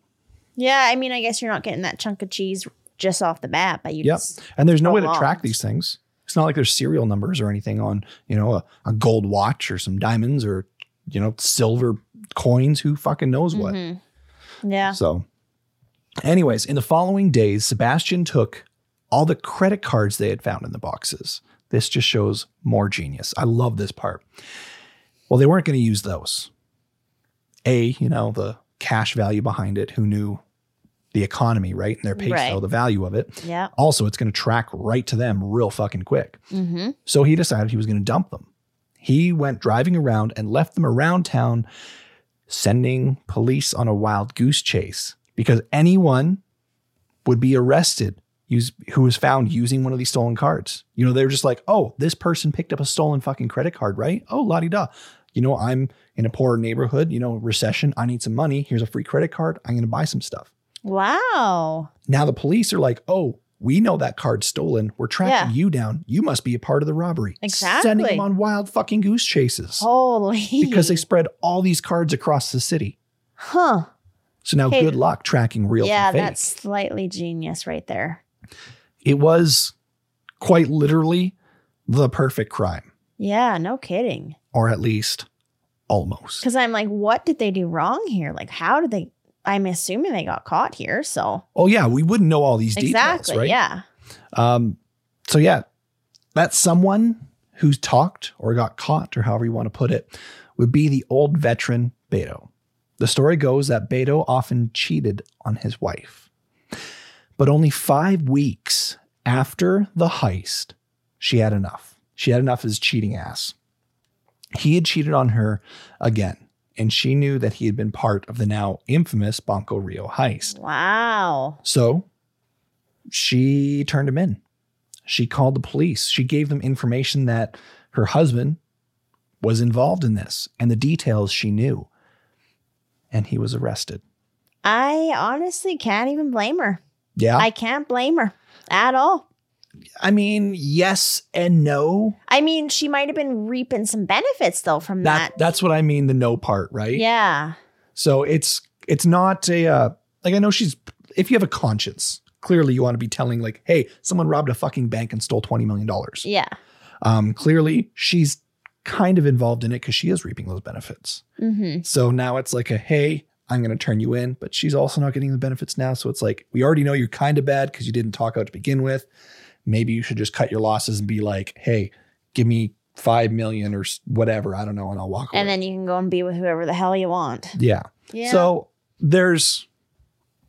Yeah, I mean, I guess you're not getting that chunk of cheese just off the bat, but you
Yep.
just
And there's no way to
prolonged.
track these things. It's not like there's serial numbers or anything on, you know, a, a gold watch or some diamonds or, you know, silver coins. Who fucking knows what?
yeah.
So, anyways, in the following days, Sebastian took all the credit cards they had found in the boxes. This just shows more genius. I love this part. Well, they weren't going to use those. A, you know, the cash value behind it, who knew the economy, right? And their peso,
Right.
the value of it.
Yeah.
Also, it's going to track right to them real fucking quick.
Mm-hmm.
So he decided he was going to dump them. He went driving around and left them around town, sending police on a wild goose chase because anyone would be arrested use, who was found using one of these stolen cards. You know, they were just like, oh, this person picked up a stolen fucking credit card, right? Oh, la di da. You know, I'm in a poor neighborhood, you know, recession. I need some money. Here's a free credit card. I'm going to buy some stuff.
Wow.
Now the police are like, oh, we know that card's stolen. We're tracking
Yeah.
you down. You must be a part of the robbery. Sending
Exactly.
them on wild fucking goose chases
Holy.
because they spread all these cards across the city.
huh.
So now
Hey.
good luck tracking real
yeah,
from fake.
that's slightly genius right there.
It was quite literally the perfect crime,
Yeah, no kidding.
or at least almost.
Because I'm like, what did they do wrong here? Like, how did they I'm assuming they got caught here. So
Oh yeah, we wouldn't know all these details,
exactly,
right?
yeah.
Um, so yeah, that someone who's talked or got caught or however you want to put it would be the old veteran Beto. The story goes that Beto often cheated on his wife. But only five weeks after the heist, she had enough. She had enough of his cheating ass. He had cheated on her again, and she knew that he had been part of the now infamous Banco Rio heist.
Wow.
So she turned him in. She called the police. She gave them information that her husband was involved in this and the details she knew. And he was arrested.
I honestly can't even blame her.
Yeah.
I
I,
can't blame her at all.
mean, yes and no.
I mean, she might have been reaping some benefits though from
That
that.
that's what I mean the no part, right?
Yeah.
So it's it's not a uh, like I know she's if you have a conscience, clearly you want to be telling like, "Hey, someone robbed a fucking bank and stole 20 million dollars."
Yeah.
Um, clearly, she's kind of involved in it because she is reaping those benefits.
Mm-hmm.
So now it's like a hey, I'm going to turn you in, but she's also not getting the benefits now. So it's like we already know you're kind of bad because you didn't talk out to begin with. Maybe you should just cut your losses and be like, hey, give me five million or s- whatever. I don't know, and I'll walk away.
And then you can go and be with whoever the hell you want.
yeah.
Yeah.
So there's,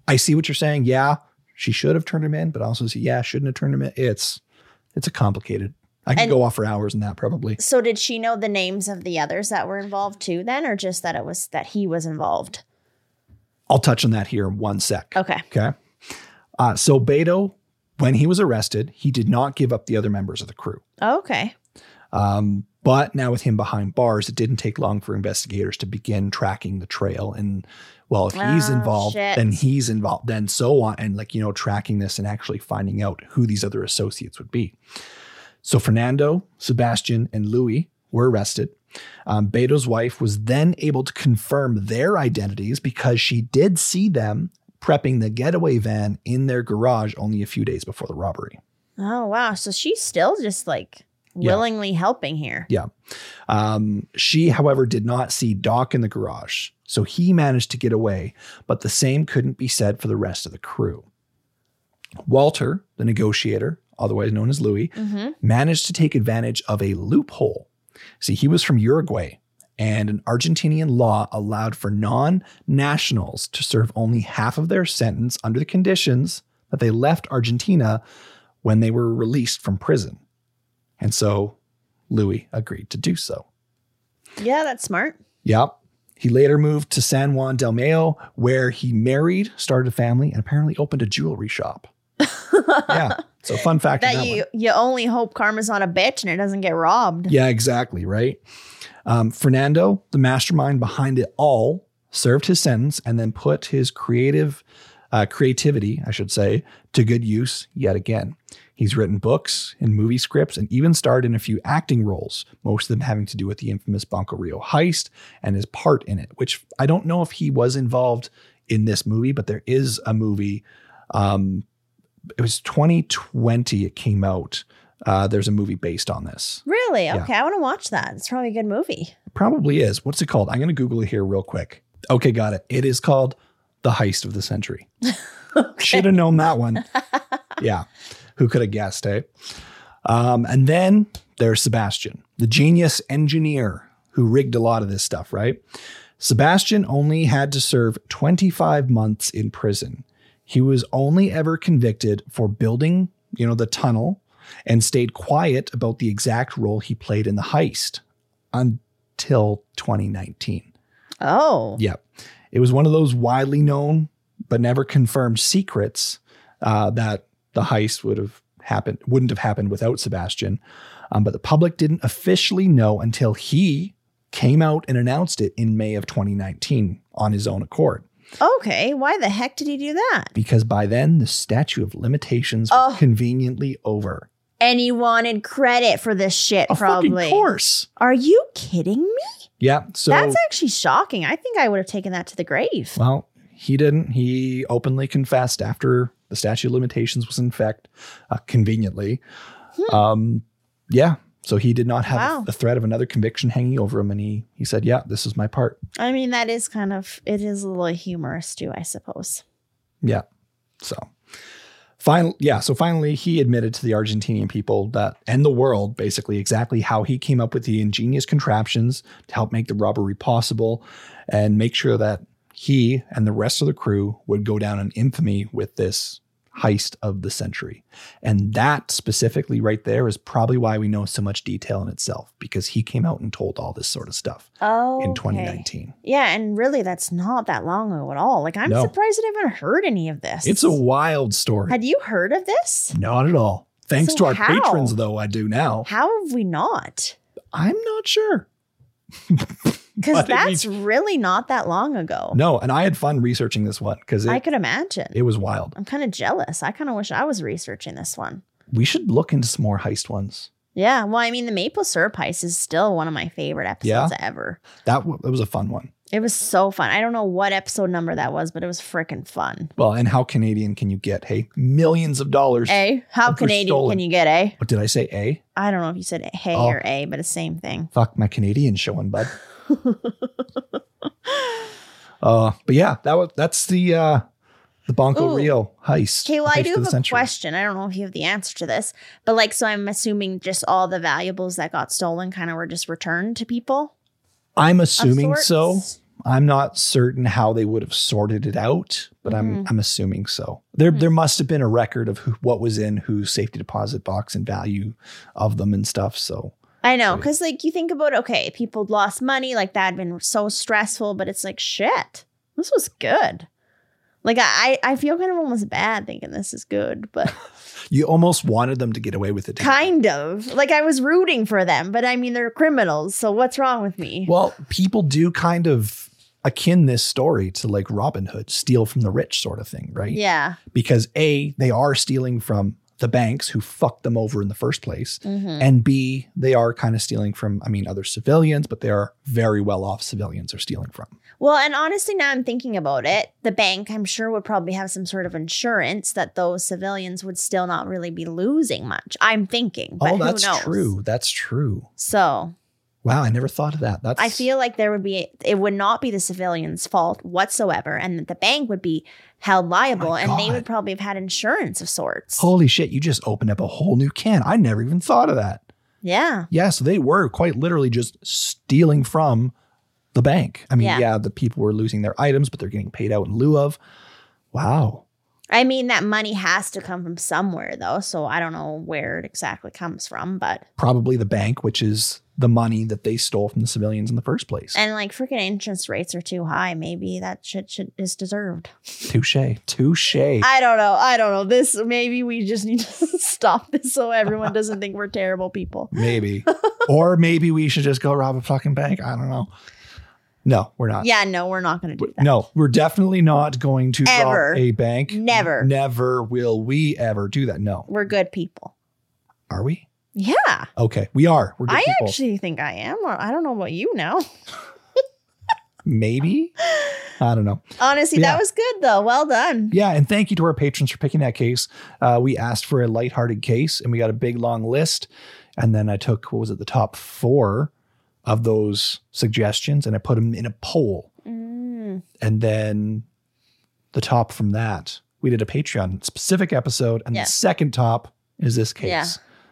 I see what you're saying. Yeah, she should have turned him in, but I also see yeah, shouldn't have turned him in. It's, it's a complicated. I could
And-
go off for hours in that probably.
so did she know the names of the others that were involved too then or just that it was that he was involved?
I'll touch on that here in one sec.
Okay.
Okay. Uh, so Beto, when he was arrested, he did not give up the other members of the crew.
Okay.
Um, but now with him behind bars, it didn't take long for investigators to begin tracking the trail. And well, if he's
Oh,
involved,
shit.
then he's involved, then so on, and like you know, tracking this and actually finding out who these other associates would be. So Fernando, Sebastian, and Louis were arrested. Um, Beto's wife was then able to confirm their identities because she did see them prepping the getaway van in their garage only a few days before the robbery.
Oh wow. So she's still just like
Yeah.
willingly helping here.
Yeah. Um, she, however, did not see Doc in the garage, so he managed to get away, but the same couldn't be said for the rest of the crew. Walter, the negotiator, otherwise known as Louis, managed to take advantage of a loophole. See, he was from Uruguay, and an Argentinian law allowed for non nationals to serve only half of their sentence under the conditions that they left Argentina when they were released from prison. And so Louis agreed to do so.
Yeah, that's smart.
Yep. He later moved to San Juan del Mayo, where he married, started a family, and apparently opened a jewelry shop. yeah. So fun fact. on
that
that one.
you you only hope karma's not a bitch and it doesn't get robbed.
Yeah, exactly. Right. Um, Fernando, the mastermind behind it all, served his sentence and then put his creative uh, creativity, I should say, to good use yet again. He's written books and movie scripts and even starred in a few acting roles, most of them having to do with the infamous Banco Rio heist and his part in it, which I don't know if he was involved in this movie, but there is a movie. Um, it was 2020, it came out. Uh, there's a movie based on this
Really?
Yeah.
Okay, I want to watch that. It's probably a good movie.
probably is. What's it called? I'm going to Google it here real quick. Okay, got it. It is called The Heist of the Century. Should have known that one. yeah. Who could have guessed, eh? Um, and then there's Sebastian, the genius engineer who rigged a lot of this stuff, right? Sebastian only had to serve 25 months in prison. He was only ever convicted for building, you know, the tunnel and stayed quiet about the exact role he played in the heist until 2019.
Oh.
Yep. It was one of those widely known but never confirmed secrets uh, that the heist would have happened wouldn't have happened without Sebastian. Um, but the public didn't officially know until he came out and announced it in May of 2019 on his own accord.
Okay, why the heck did he do that?
Because by then the statute of limitations was
Oh.
conveniently over.
And he wanted credit for this shit
Of
probably.
fucking course.
Are you kidding me?
Yeah. So
That's actually shocking. I think I would have taken that to the grave.
Well, he didn't. He openly confessed after the statute of limitations was in effect, uh, conveniently. Um, yeah. So he did not have
Wow.
the threat of another conviction hanging over him. And he, he said, Yeah, this is my part.
I mean, that is kind of, it is a little humorous too, I suppose.
Yeah. So final yeah, so finally he admitted to the Argentinian people that and the world basically exactly how he came up with the ingenious contraptions to help make the robbery possible and make sure that he and the rest of the crew would go down in infamy with this heist of the century. And that specifically right there is probably why we know so much detail in itself because he came out and told all this sort of stuff
Oh.
in
okay.
2019.
Yeah, and really, that's not that long ago at all. Like, I'm
No.
surprised I haven't heard any of this.
It's a wild story.
Had you heard of this?
Not at all. Thanks
So
to our
how?
patrons, though, I do now.
How have we not?
I'm not sure.
Because
But it
that's really not that long ago.
No, and I had fun researching this one because
I
it,
could imagine.
it was wild.
I'm kind of jealous. I kind of wish I was researching this one.
We should look into some more heist ones.
Yeah, well, I mean, the maple syrup ice is still one of my favorite episodes ever.
That, w- that was a fun one.
It was so fun. I don't know what episode number that was, but it was freaking fun.
Well, and how Canadian can you get? Hey, millions of dollars.
A, Eh? how
Those were
Canadian
stolen.
can you get a?
What did I say? A?
I don't know if you said hey
Oh.
or a, but it's same thing.
Fuck my Canadian showing, bud. uh, but yeah, that was that's the uh, the Bonko
Ooh.
Rio heist.
Okay, well,
heist
I
of
do
the
have a
century.
question. I don't know if you have the answer to this, but like, so I'm assuming just all the valuables that got stolen kind of were just returned to people.
I'm assuming so.
sorts.
I'm not certain how they would have sorted it out, but
Mm-hmm.
I'm I'm assuming so. There there must have been a record of who, what was in whose safety deposit box and value of them and stuff. So
I know, because like you think about, okay, people lost money, like that had been so stressful, but it's like, shit, this was good. Like, I, I I feel kind of almost bad thinking this is good, but
you almost wanted them to get away with it. didn't you?
kind of. Like, I was rooting for them, but I mean, they're criminals, so what's wrong with me?
Well, people do kind of akin this story to like Robin Hood, steal from the rich sort of thing, right?
yeah.
Because A, they are stealing from the banks who fucked them over in the first place.
Mm-hmm.
And B, they are kind of stealing from, I mean, other civilians, but they are very well off civilians are stealing from.
Well, and honestly, now I'm thinking about it, the bank, I'm sure, would probably have some sort of insurance that those civilians would still not really be losing much. I'm thinking, but
oh, that's
who knows?
true. That's true.
So
Wow, I never thought of that. That's
I feel like there would be, it would not be the civilians' fault whatsoever, and that the bank would be held liable,
my
and they
God.
would probably have had insurance of sorts.
holy shit, you just opened up a whole new can. I never even thought of that.
yeah,
Yeah, so they were quite literally just stealing from the bank. I mean, yeah,
Yeah.
the people were losing their items, but they're getting paid out in lieu of. Wow.
I mean that money has to come from somewhere, though, so I don't know where it exactly comes from, but
Probably the bank, which is the money that they stole from the civilians in the first place.
and like freaking interest rates are too high. Maybe that shit should is deserved.
Touche. Touche.
I don't know. I don't know. This maybe we just need to stop this so everyone doesn't think we're terrible people.
Maybe. or maybe we should just go rob a fucking bank. I don't know. No, we're not.
Yeah, no, we're not going to do that.
No, we're definitely not going to
Ever.
rob a bank.
Never.
Never will we ever do that. No.
We're good people.
Are we?
Yeah,
Okay. We are. We're good
I
people.
actually think I am. Or I don't know about you now.
Maybe. I don't know.
Honestly,
Yeah.
that was good though. Well done.
Yeah. And thank you to our patrons for picking that case. Uh, we asked for a lighthearted case and we got a big long list. And then I took, what was it, the top four of those suggestions and I put them in a poll.
Mm.
And then the top from that, we did a Patreon specific episode. And
Yeah.
the second top is this case.
Yeah.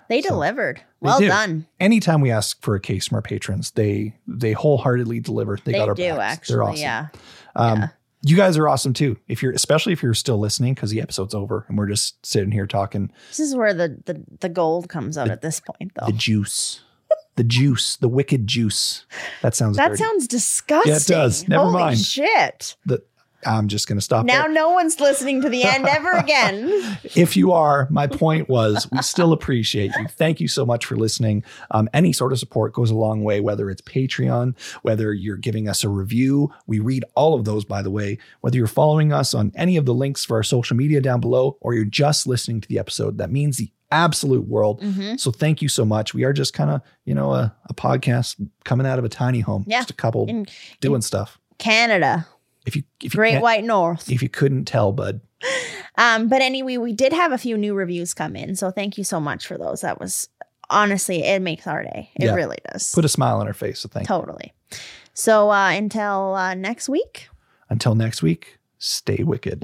They delivered.
They
Well
do.
done.
Anytime we ask for a case from our patrons, they they wholeheartedly deliver. They,
They,
got our
do
backs.
actually.
They're awesome.
Yeah.
Um,
Yeah.
You guys are awesome too. If you're especially if you're still listening because the episode's over and we're just sitting here talking
This is where the the, the gold comes out at this point though.
the juice, the juice, the wicked juice. That sounds.
that
dirty.
sounds disgusting.
does. Never
Holy
mind.
Shit.
The- I'm just gonna stop
Now
there.
no one's listening to the end ever again.
If you are, my point was we still appreciate you. Thank you so much for listening. Um, any sort of support goes a long way, whether it's Patreon, whether you're giving us a review. We read all of those, by the way, whether you're following us on any of the links for our social media down below, or you're just listening to the episode. That means the absolute world.
Mm-hmm.
So thank you so much. We are just kind of, you know, a, a podcast coming out of a tiny home.
Yeah.
Just a couple
In-
doing stuff.
Canada.
If you if you
Great
can't-
White North.
if you couldn't tell, bud,
Um, but anyway, we did have a few new reviews come in, so thank you so much for those. That was honestly, it makes our day. It
Yeah.
really does.
Put a smile on her face. So thank you.
totally. So uh, until uh, next week.
Until next week, stay wicked.